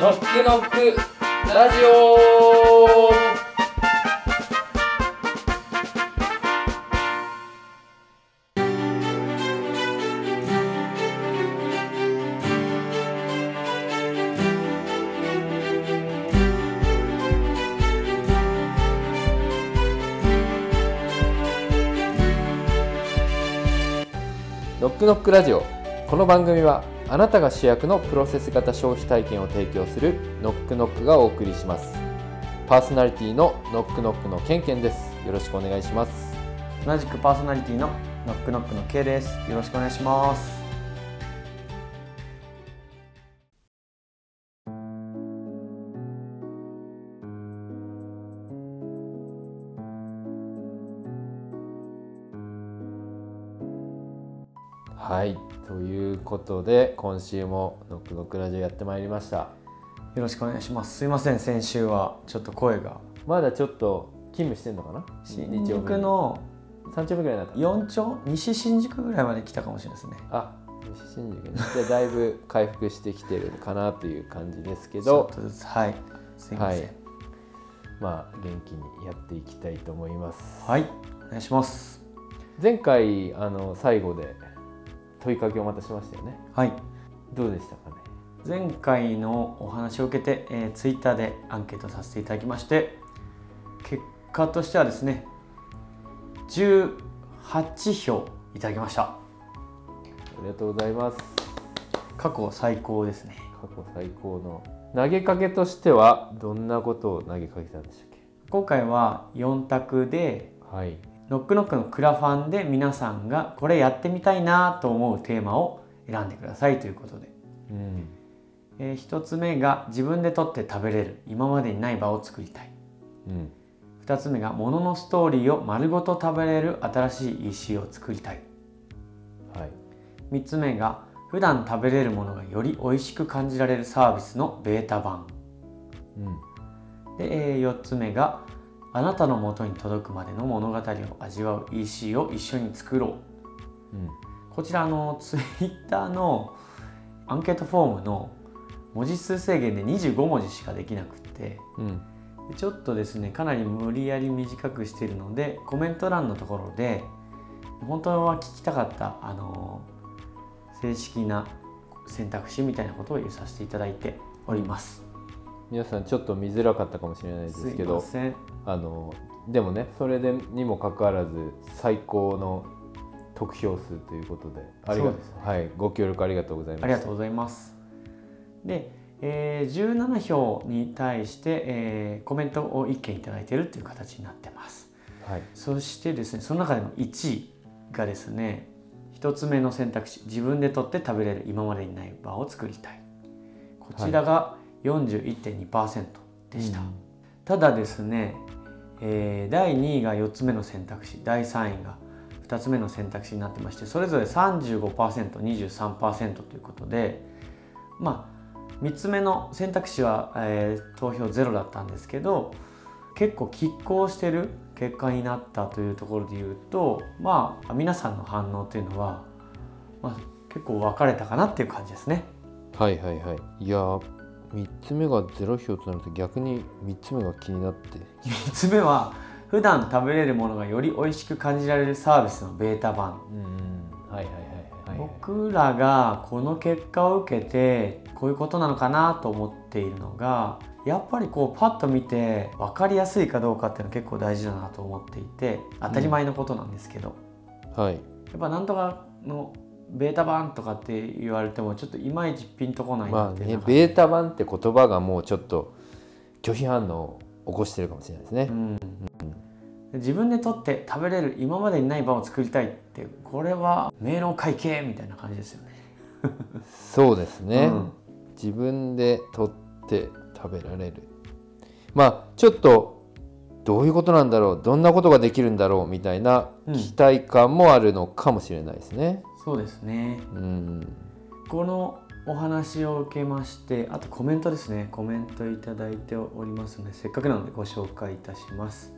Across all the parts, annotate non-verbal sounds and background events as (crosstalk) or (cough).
ノックノックラジオノックノックラジオこの番組はあなたが主役のプロセス型消費体験を提供するノックノックがお送りしますパーソナリティのノックノックのケンケンですよろしくお願いします同じくパーソナリティのノックノックの K ですよろしくお願いしますはいということで今週もノックノックラジオやってまいりましたよろしくお願いしますすいません先週はちょっと声がまだちょっと勤務してんのかな新宿の3丁目ぐらいになった4丁西新宿ぐらいまで来たかもしれないですねあ西新宿ねじゃあだいぶ回復してきてるかなという感じですけちどょっとずつはいすいまはせんいまあ元気にやっていきたいと思いますはい、お願いします前回あの最後で問いかけをまたしましたよねはいどうでしたかね前回のお話を受けて、えー、Twitter でアンケートさせていただきまして結果としてはですね18票いただきましたありがとうございます過去最高ですね過去最高の投げかけとしてはどんなことを投げかけたんでしたっ今回は4択でけはいノックノックのクラファンで皆さんがこれやってみたいなと思うテーマを選んでくださいということで、うんえ1つ目が自分で取って食べれる今までにない場を作りたいうん2つ目がもののストーリーを丸ごと食べれる新しい石を作りたいはい3つ目が普段食べれるものがより美味しく感じられるサービスのベータ版うんで、え4つ目があなたの元に届くまでの物語を味わう EC を一緒に作ろううんこちらあのツイッターのアンケートフォームの文字数制限で25文字しかできなくってうんでちょっとですねかなり無理やり短くしてるのでコメント欄のところで本当は聞きたかったあの正式な選択肢みたいなことを言させていただいております。皆さんちょっと見づらかったかもしれないですすいけまどせん。あのでもねそれでにもかかわらず最高の得票数ということでありがそうですはいご協力ありがとうございましあたりがとうございます。で、えー17票に対して、えーコメントを1件いただいているという形になってます。はいそしてですねその中での1位がですね1つ目の選択肢自分で取って食べれる今までにない場を作りたいこちらが41.2%でした、うんただですね、えー第2位が4つ目の選択肢第3位が2つ目の選択肢になってましてそれぞれ 35%23% ということでまあ3つ目の選択肢は、えー投票ゼロだったんですけど結構拮抗してる結果になったというところで言うとまあ皆さんの反応というのは、まあ、結構分かれたかなっていう感じですね。はいはいはいいやー3つ目が0票となると逆に3つ目が気になって3つ目は普段食べれるものがより美味しく感じられるサービスのベータ版うんはいはいはい僕らがこの結果を受けてこういうことなのかなと思っているのがやっぱりこうパッと見て分かりやすいかどうかっていうのは結構大事だなと思っていて当たり前のことなんですけど、はいやっぱなんとかのベータ版とかって言われてもちょっといまいちピンとこないなまあっていうねのがベータ版って言葉がもうちょっと拒否反応を起こしてるかもしれないですねう、ん自分で取って食べれる今までにない場を作りたいってこれは明朗会計みたいな感じですよね。そうですね、うん自分で取って食べられるまあちょっとどういうことなんだろうどんなことができるんだろうみたいなうん期待感もあるのかもしれないですね。そうですねうん、このお話を受けましてあとコメントですねコメントいただいておりますのでせっかくなのでご紹介いたします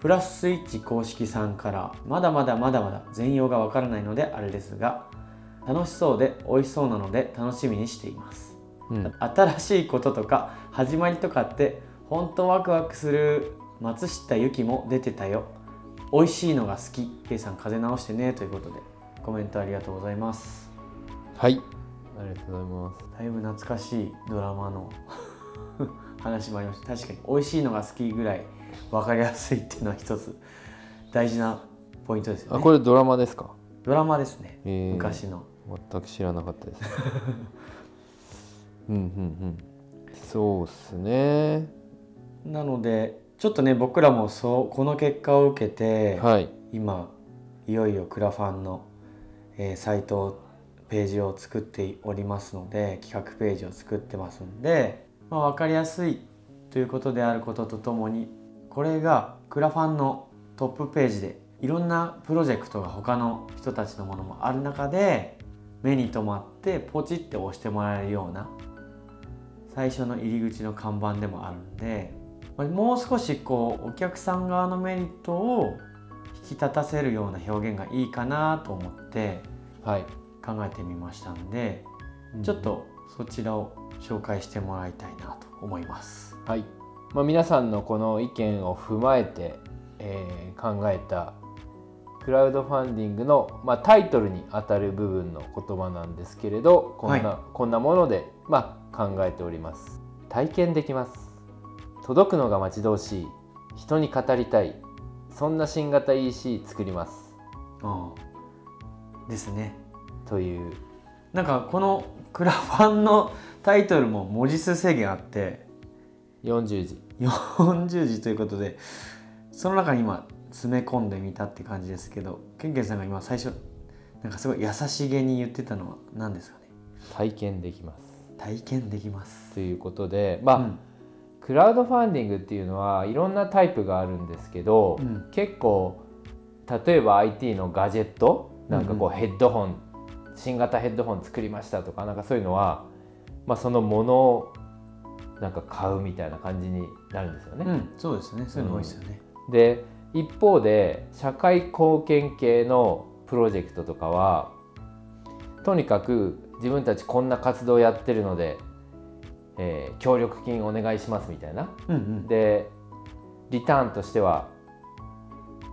プラスイッチ公式さんからまだまだまだまだ全容がわからないのであれですが楽しそうで美味しそうなので楽しみにしていますうん新しいこととか始まりとかって本当ワクワクする松下由紀も出てたよ美味しいのが好きペイさん風邪直してねということでコメントありがとうございますはいありがとうございますだいぶ懐かしいドラマの (laughs) 話もありました確かに美味しいのが好きぐらい分かりやすいっていうのは一つ大事なポイントですよあねこれドラマですか、ドラマですねえー昔の全く知らなかった (laughs) ですうんうんうんそうっすねなのでちょっとね僕らもそうこの結果を受けて、はい今いよいよクラファンの、えーサイトページを作っておりますので企画ページを作ってますんで、まあ、分かりやすいということであることとともにこれがクラファンのトップページでいろんなプロジェクトが他の人たちのものもある中で目に留まってポチって押してもらえるような最初の入り口の看板でもあるんでまあもう少しこうお客さん側のメリットを引き立たせるような表現がいいかなと思ってはい考えてみましたんで、ちょっとそちらを紹介してもらいたいなと思います。はい、まあ、皆さんのこの意見を踏まえて、えー考えたクラウドファンディングの、まあ、タイトルにあたる部分の言葉なんですけれどこんな,、こんなもので、まあ、考えております体験できます届くのが待ち遠しい人に語りたいそんな新型 EC 作りますうん、ですね。というなんかこのクラファンのタイトルも文字数制限あって40字40字ということでその中に今詰め込んでみたって感じですけどケンケンさんが今最初なんかすごい優しげに言ってたのは何ですかね体験できます体験できます。ということでまあ、うんクラウドファンディングっていうのはいろんなタイプがあるんですけど、うん結構例えば IT のガジェットなんかこううんヘッドホン、新型ヘッドホン作りましたとかなんかそういうのは、まあ、そのものをなんか買うみたいな感じになるんですよね。うん、そうですね。そういうの多いですよね。で一方で社会貢献系のプロジェクトとかはとにかく自分たちこんな活動やってるので、えー協力金お願いしますみたいなうんうん。でリターンとしては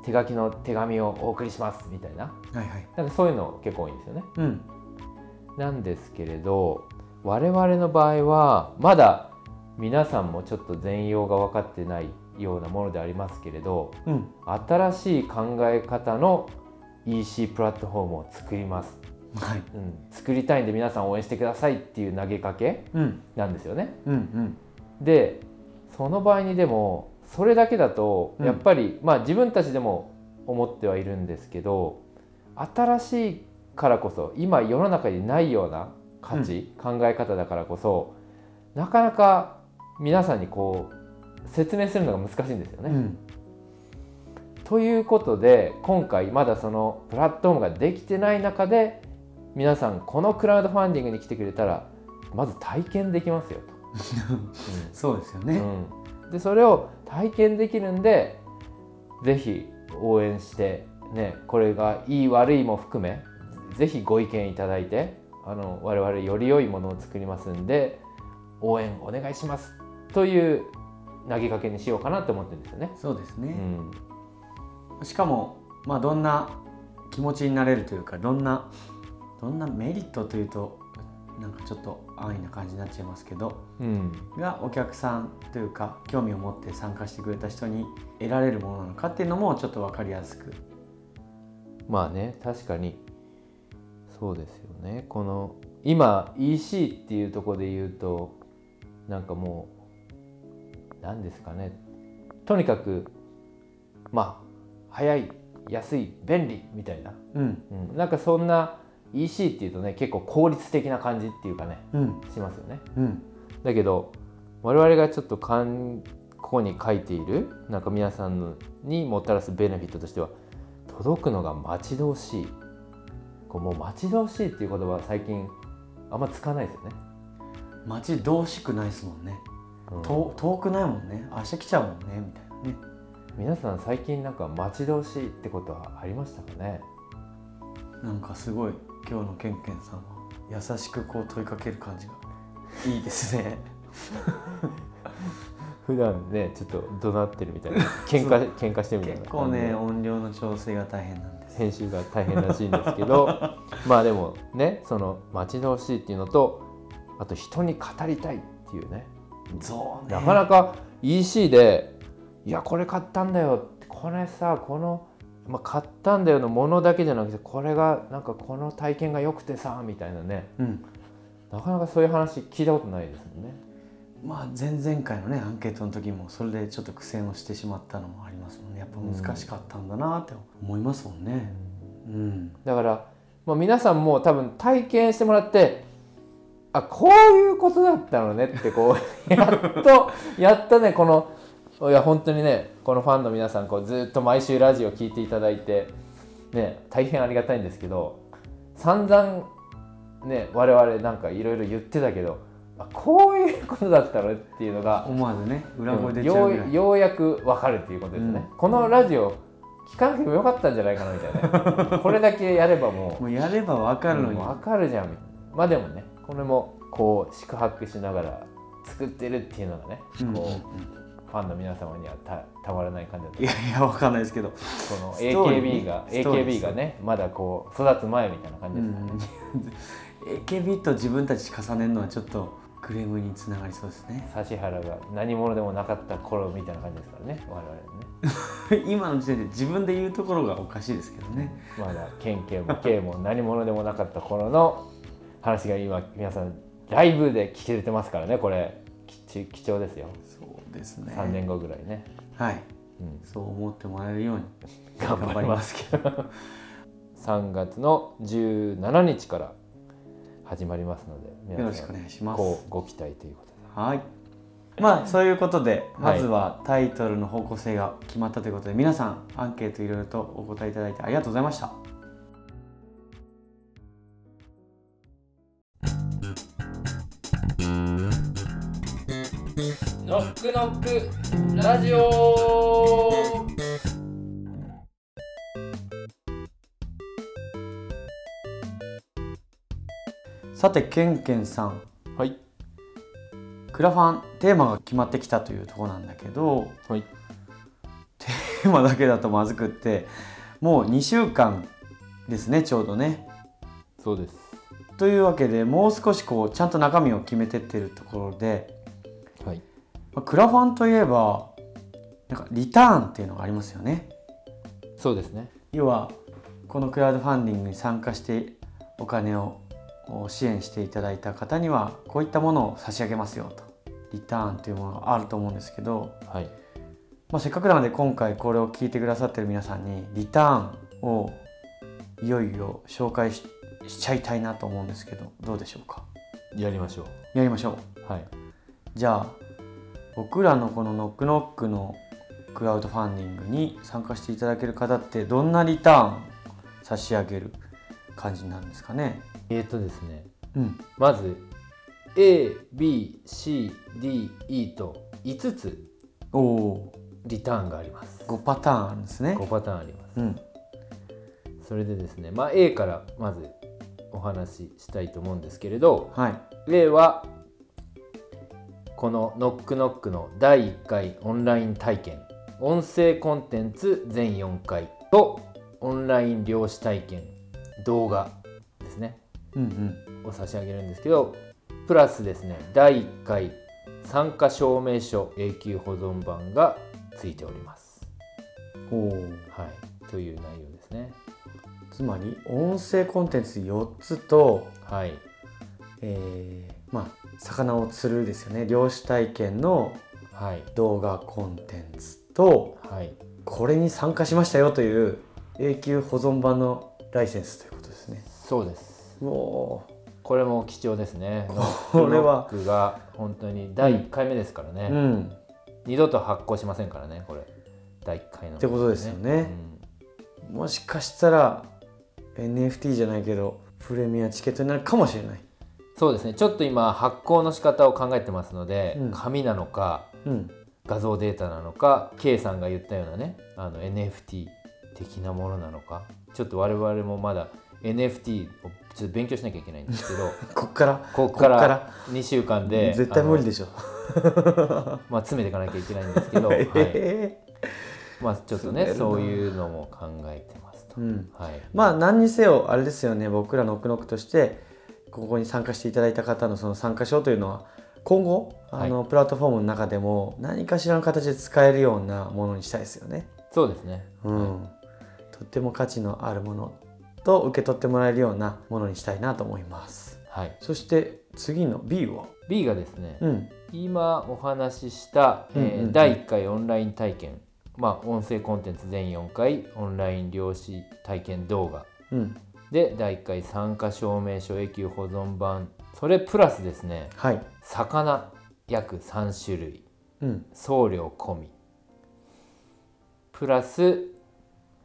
手書きの手紙をお送りしますみたいなはいはい。なんかそういうの結構多いんですよね。うん。なんですけれど我々の場合はまだ皆さんもちょっと全容が分かってないようなものでありますけれどうん。新しい考え方の EC プラットフォームを作ります、はい。うん、作りたいんで皆さん応援してくださいっていう投げかけうん。なんですよね。うんうん。でその場合にでもそれだけだとうんやっぱり、まあ自分たちでも思ってはいるんですけど新しいからこそ今世の中にないような価値、考え方だからこそなかなか皆さんにこう説明するのが難しいんですよね。うん。ということで今回まだそのプラットフォームができてない中で皆さんこのクラウドファンディングに来てくれたらまず体験できますよと。 (laughs) うんそうですよね。うん、でそれを体験できるんでぜひ応援して、ね、これがいい悪いも含めぜひご意見いただいてあの我々より良いものを作りますんで応援お願いしますという投げかけにしようかなと思ってるんですよね。そうですうね。んしかも、まあ、どんな気持ちになれるというか、どんな。どんなメリットというと。なんかちょっと安易な感じになっちゃいますけどうんがお客さんというか興味を持って参加してくれた人に得られるものなのかっていうのもちょっと分かりやすくまあね確かにそうですよねこの今 EC っていうところで言うとなんかもう何ですかねとにかくまあ早い安い便利みたいな、うんうん、なんかそんな EC っていうとね結構効率的な感じっていうかねうんしますよねうんだけど我々がちょっとかんここに書いているなんか皆さんのにもたらすベネフィットとしては届くのが待ち遠しいこうもう待ち遠しいっていう言葉は最近あんま使わないですよね。街どうしくないですもんねうんと遠くないもんね明日来ちゃうもんねみたいなね皆さん最近なんか待ち遠しいってことはありましたかねなんかすごい今日のケンケンさんは優しくこう問いかける感じが (laughs) いいですね普段ねちょっと怒鳴ってるみたい (laughs) な喧嘩喧嘩してるみたいな (laughs) 結構ねあの音量の調整が大変なんです編集が大変らしいんですけ (laughs) どまあでもねその待ち遠しいっていうのとあと人に語りたいっていうねそうねなかなか EC で「いやこれ買ったんだよ」ってこれさこの、まあ、買ったんだよのものだけじゃなくてこれがなんかこの体験が良くてさみたいなねうんなかなかそういう話聞いたことないですもんね。まあ前々回のねアンケートの時もそれでちょっと苦戦をしてしまったのもありますもんねやっぱ難しかったんだなって思いますもんねうんだから、まあ、皆さんも多分体験してもらってあこういうことだったのねってこう (laughs) やっとやっとねこのいや本当にねこのファンの皆さんこうずっと毎週ラジオ聞いていただいて、ね、大変ありがたいんですけど散々ね我々なんかいろいろ言ってたけどあこういうことだったのねっていうのが思わずね裏声出ちゃようぐらういようやく分かるっていうことですね、うこのラジオ聞かなくてもよかったんじゃないかなみたい (laughs) なこれだけやればもうもうやればわかるのに、わかるじゃんまあでもねこれもこう宿泊しながら作ってるっていうのがね、うんこうんうんうファンの皆様にはたたまらない感じだったいやいやわかんないですけど、このストーリー AKB がストーリーです AKB がねまだこう育つ前みたいな感うじですね、ん、AKB と自分たち重ねるのはちょっとクレームにつながりそうですね指原が何者でもなかった頃みたいな感じですからね我々ね (laughs) 今の時点で自分で言うところがおかしいですけどねまだ県警も K も何者でもなかった頃の話が今皆さんライブで聞けてますからねこれ貴貴重ですよそうですね3年後ぐらいね、はい (laughs) うん、そう思ってもらえるように頑張りますすけど3月の17日から始まりますのでよ皆ろしさくおん願いしますこうご期待ということではいまあそういうことではいまずはタイトルの方向性が決まったということで、皆さんアンケートいろいろとお答えいただいてありがとうございましたノックノックラジオさてけんけんさんはいクラファンテーマが決まってきたというところなんだけど (laughs) はいテーマだけだとまずくってもう2週間ですねちょうどね。そうですというわけでもう少しこうちゃんと中身を決めてってるところで、はいまあクラファンといえばなんかリターンっていうのがありますよね。そうですね要はこのクラウドファンディングに参加してお金をお支援していただいた方にはこういったものを差し上げますよとリターンというものがあると思うんですけど、はいまあ、せっかくなので今回これを聞いてくださってる皆さんにリターンをいよいよ紹介ししちゃいたいなと思うんですけどどうでしょうかやりましょやりましょううはいじゃあ僕らのこのノックノックのクラウドファンディングに参加していただける方ってどんなリターン差し上げる感じになるんですかねえっ、ー、とですねうんまず ABCDE と5つおおリターンがあります5パターンあるんですね5パターンありますうんそれでですね、まあ、A からまずお話ししたいと思うんですけれどはい A はこの「ノックノック」の第1回オンライン体験音声コンテンツ全4回とオンライン漁師体験動画ですねうんうんを差し上げるんですけどプラスですね第1回参加証明書永久保存版がついております。おおはい、という内容ですね。つまり音声コンテンツ4つとはい、えー、まあ魚を釣るですよね漁師体験のはい、動画コンテンツとはいこれに参加しましたよという永久保存版のライセンスということですね。そうですうおこれも貴重です (laughs) ねこれノはックノックが本当に第1回目ですからね、うん、二度と発行しませんからねこれ第1回の、ってことですよねもしかしたら NFT じゃないけどプレミアチケットになるかもしれない。うんそうですねちょっと今発行の仕方を考えてますので、うん紙なのかうん、画像データなのか K さんが言ったようなねあの NFT 的なものなのかちょっと我々もまだ NFT をちょっと勉強しなきゃいけないんですけ (laughs) どこっからここかこっからら2週間で絶対無理ででしょ、まあ、詰めていかなきゃいけないんですけ (laughs) ど、はいええまあ、ちょっと詰めねるなそういうのも考えてますと、うんはい、まあ何にせよあれですよね僕らノックノックとしてここに参加していただいた方のその参加賞というのは今後あの、プラットフォームの中でも何かしらの形で使えるようなものにしたいですよね。そうですねうん、とっても価値のあるものと受け取ってもらえるようなものにしたいなと思います。はいそして次の B は、 B がですね、うん、今お話しした、えーうんうんうん第1回オンライン体験まあ音声コンテンツ全4回オンライン量子体験動画うん、で第1回参加証明書永久保存版それプラスですねはい、魚約3種類うん、送料込みプラス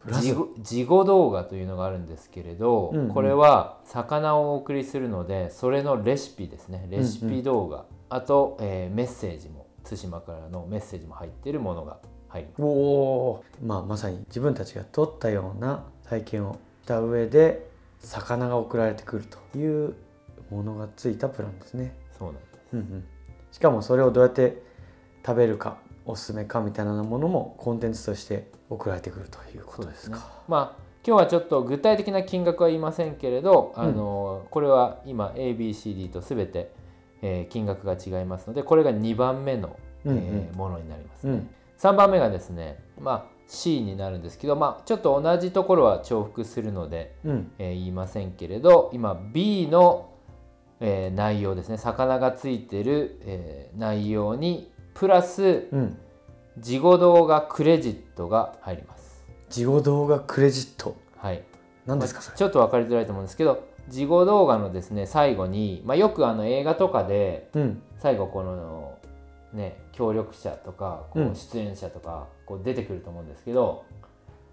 プラス事後事後動画というのがあるんですけれど、うんうんこれは魚をお送りするのでそれのレシピですねレシピ動画、あと、えーメッセージも対馬からのメッセージも入っているものが入りますおおー、まあまさに自分たちが取ったような体験をした上で魚が送られてくるというものがついたプランですね。そうなんですうんうん、しかもそれをどうやって食べるかおすすめかみたいなものもコンテンツとして送られてくるということですか。まあ今日はちょっと具体的な金額は言いませんけれど、うんあのこれは今 ABCD と全て、えー金額が違いますのでこれが2番目の、うんうんえーものになりますうね、ん、 3番目がですね、まあ、C になるんですけど、まあ、ちょっと同じところは重複するので、うん、えー言いませんけれど今 B の、えー内容ですね魚がついてる、えー内容にプラスうん。事後動画クレジットが入ります。事後動画クレジットはい、何ですかそれ。ちょっと分かりづらいと思うんですけど事後動画のですね最後に、まあ、よくあの映画とかでうん、最後このね協力者とかこううん出演者とかこう出てくると思うんですけど、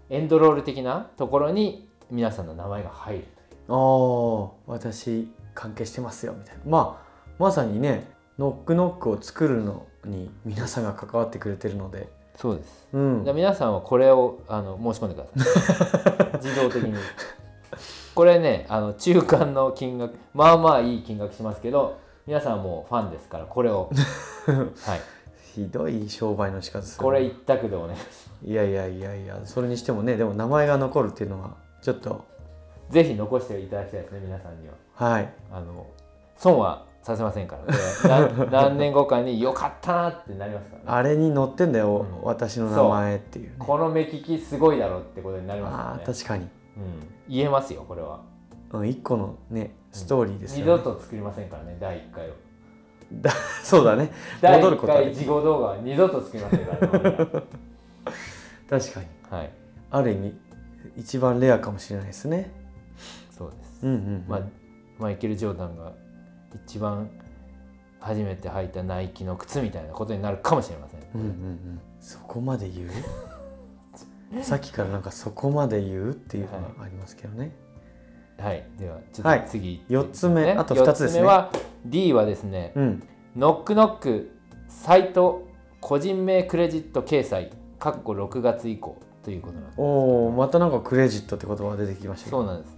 エンドロール的なところに皆さんの名前が入るああ私関係してますよみたいなまあまさにねノックノックを作るのに皆さんが関わってくれてるので、そうですうん、皆さんはこれをあの申し込んでくだ (laughs) さい自動的にこれねあの中間の金額まあまあいい金額しますけど皆さんはもうファンですからこれ (laughs) をはいひどい商売の仕方するこれ一択でお願いしますいやいやいやいやそれにしてもねでも名前が残るっていうのはちょっとぜひ残していただきたいですね皆さんにははいあの損はさせませんからこれ何 (laughs) 何年後かに良かったなってなりますからねあれに載ってんだよ、うん私の名前っていうねこの目利きすごいだろうってことになりあますーよね、確かに、うん、言えますよこれは、うん、一個のねストーリーです二よ、度ねと作りませんからね第1回をだ (laughs) そうだね第戻る1ことは回事後動画は二度と作りません (laughs) からね俺確かにらはいある意味一番レアかもしれないですねそうです、うんうん、まあ、マイケル・ジョーダンが一番初めて履いたナイキの靴みたいなことになるかもしれません、うんうんうんそこまで言うさっきからなんかそこまで言うっていうのがありますけどね、はいではちょはっいと次、四つ目あと二つですね四目は D はですね、うんノックノックサイト個人名クレジット掲載かっこ6月以降ということなんですおおまたなんかクレジットって言葉が出てきましたけそどうなんです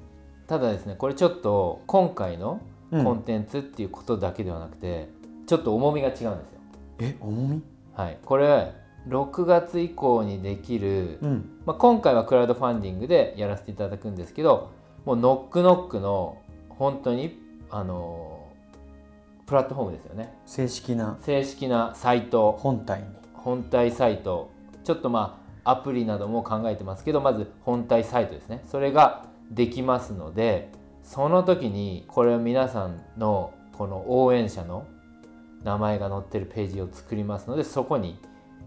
ただですねこれちょっと今回のうんコンテンツっていうことだけではなくて、ちょっと重みが違うんですよえ重みはいこれ6月以降にできる、うんまあ、今回はクラウドファンディングでやらせていただくんですけどもうノックノックの本当にあのプラットフォームですよね正式な正式なサイト本体に本体サイトちょっとまあアプリなども考えてますけどまず本体サイトですねそれができますのでその時にこれを皆さんのこの応援者の名前が載ってるページを作りますのでそこに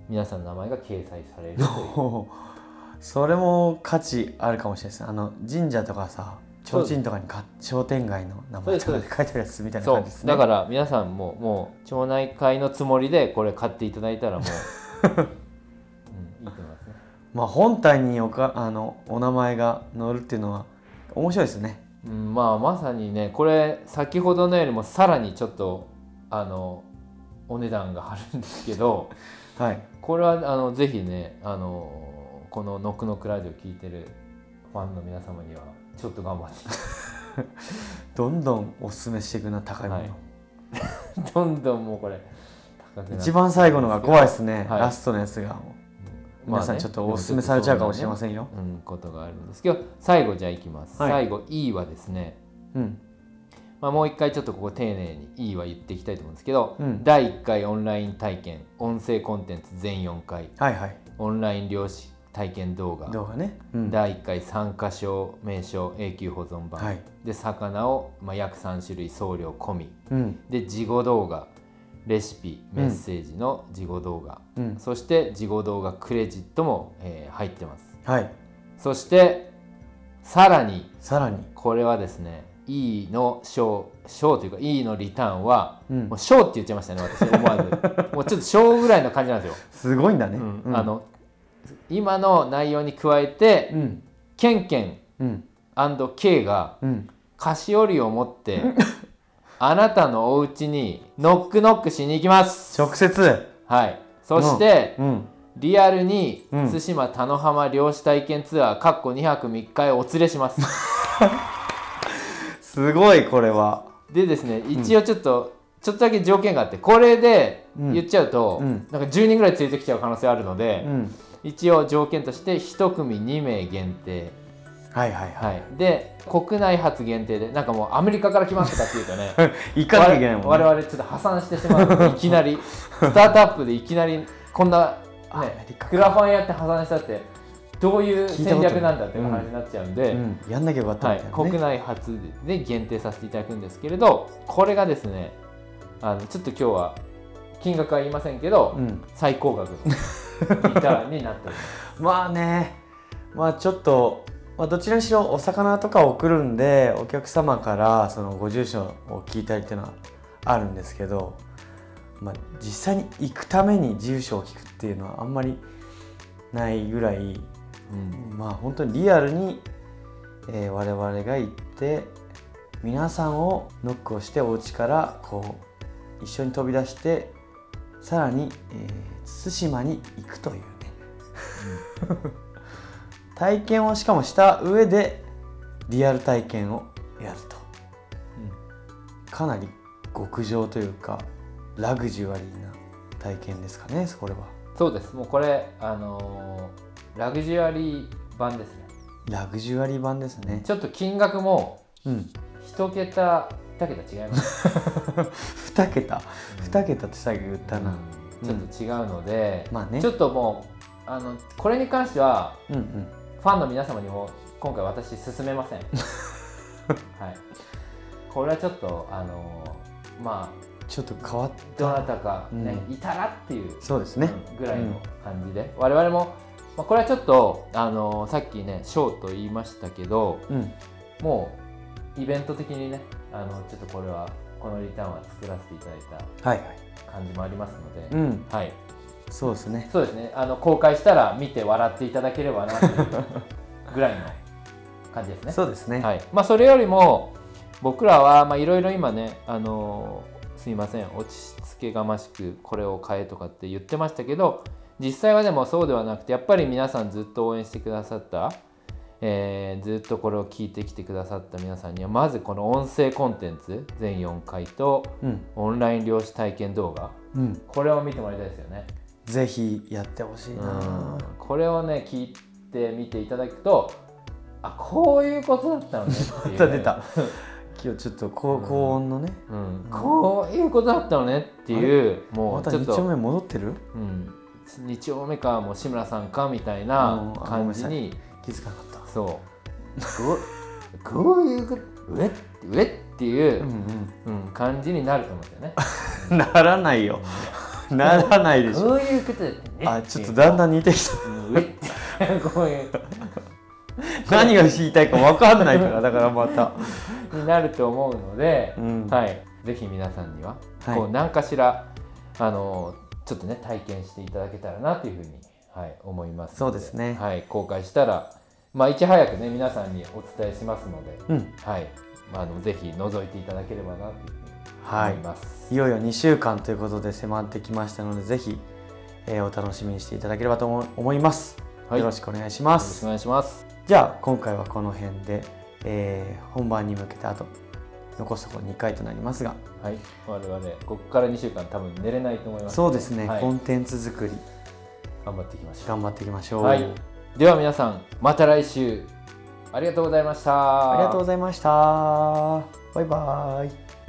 皆さんの名前が掲載されるというおーそれも価値あるかもしれないですねあの神社とかさそう提です灯とかにか商店街の名前とそうかでです書いてあるやつみたいなそ感うじですねだから皆さんももう町内会のつもりでこれ買っていただいたら (laughs) もう、うん、いいと思いますねまあ本体におかあのお名前が載るっていうのは面白いですねうん、まあまさにねこれ先ほどのよりもさらにちょっとあのお値段が張るんですけ (laughs) どはいこれはあのぜひねあのこの「ノックノックラジオ」聞いてるフファンの皆様にはちょっと頑張ってどんどんおすすめしていくな高いもの、はいどんどんもうこれ高くなって一番最後のが怖いですね、はいラストのやつがもう皆さんちょっとおすすめされちゃうかもしれませんよ、ん、うん、ことがあるんですけど最後じゃあいきます、はい最後 E はですね、まあ、もう一回ちょっとここ丁寧に E は言っていきたいと思うんですけど、うん第1回オンライン体験音声コンテンツ全4回うんはいはいオンライン漁師体験動画動画ね、うん第1回参加賞名称永久保存版、はいで魚を、まあ、約3種類送料込みうんで事後動画レシピメッセージの事後動画、うんそして事後動画クレジットも、えー入ってますはいそしてさらにさらにこれはですね E の賞賞というか E のリターンは、うんもう賞って言っちゃいましたね私思わ (laughs) ずもうちょっと賞ぐらいの感じなんですよ、すごいんだね、うんうんあの今の内容に加えて、うんケンケンうん、 K がうん、菓子折りを持 (laughs) ってあなたのお家にノックノックしに行きます直接はいそして、うんリアルにうん対馬田野浜漁師体験ツアーかっこ2泊3日へお連れします (laughs) すごいこれはでですね一応ちょっと、ちょっとだけ条件があってこれでうん言っちゃうと、うんなんか10人ぐらい連れてきちゃう可能性あるのうで、ん一応条件として1組2名限定はいはいははいで国内初限定でなんかもうアメリカから来ますとかって言うとねい行かなきゃいけないもんね我々ちょっと破産してしまうのでいきなりスタートアップでいきなりこんな、アメねリカ、かクラファンやって破産したってどういう聞いた戦ことない略なんだっていう話になっちゃうんで、うん、やんなきゃよかったはみいたいな、ね国内初で限定させていただくんですけれどこれがですねあのちょっと今日は金額は言いませんけど、うん、最高額のリターンになっております。まあねまあちょっと、まあ、どちらにしろお魚とか送るんでお客様からそのご住所を聞いたりっていうのはあるんですけど、まあ、実際に行くために住所を聞くっていうのはあんまりないぐらいうんまあ本当にリアルに、えー我々が行って皆さんをノックをしてお家からこう一緒に飛び出してさらに、えー対馬に行くというね体験をしかもした上でリアル体験をやるとかなり極上というかラグジュアリーな体験ですかねこれはそうですもうこれ、あのーラグジュアリー版ですねラグジュアリー版ですねちょっと金額もうん一桁二桁違い (laughs) ます2桁2桁って最後言ったな、ちょっと違うので、まあねちょっともうあのこれに関してはうんうんファンの皆様にも今回私勧めま (laughs) せんはいこれはちょっとあのまあちょっと変わっどなたたかね、ういたらっていう、そうですね、うんぐらいの感じで、我々も、まあ、これはちょっとあのさっきねショーと言いましたけどうんもうイベント的にねあのちょっとこれはこのリターンは作らせていただいたはいはい感じもありますので、うんはい、そうですねそうですねあの公開したら見て笑っていただければなというぐらいの感じ (laughs) ですね。そうですね、はいまあ、それよりも僕らはまあいろいろ今ね、あのーすいません落ち着けがましくこれを買えとかって言ってましたけど実際はでもそうではなくてやっぱり皆さんずっと応援してくださった、えーずっとこれを聞いてきてくださった皆さんにはまずこの音声コンテンツ全4回とうんオンライン漁師体験動画うんこれを見てもらいたいですよね。ぜひやってほしいなこれをね聞いてみていただくとあこういうことだったのねっていう (laughs) 出た出た今日ちょっと高高音のね、うん、こういうことだったのねっていうもまうたちょっ2と丁目戻ってるうん、2丁目かもう志村さんかみたいうんなあごめん感なじさいに気づかなかっそうこうこういうこと上上っていたうう、んうん、感じになると思うんですよね。うんならないよなら (laughs) ないでしょこういうことだったねあちょっとだんだん似てきうん上って (laughs) こういうた何が言いたいか分かんないからだからまたになると思うので、うんはい、ぜひ皆さんには、はいこう何かしらあのちょっとね体験していただけたらなというふうに、はい、思いますのそうですねはい、公開したら、まあ、いち早くね皆さんにお伝えしますので、うんはいまあ、あのぜひ覗いていただければなというふうには思いいます。いよいよ2週間ということで迫ってきましたのでぜひ、えーお楽しみにしていただければと思思います、はいよろしくお願いしまよろしくすお願いします。じゃあ今回はこの辺で、えー本番に向けてあと残すところ2回となりますがはい我々ここから2週間多分寝れないと思いますそうですね、はいコンテンツ作り頑張っていきましょう頑張っていきましょう、はいでは皆さんまた来週ありがとうございましたありがとうございましたバイバイ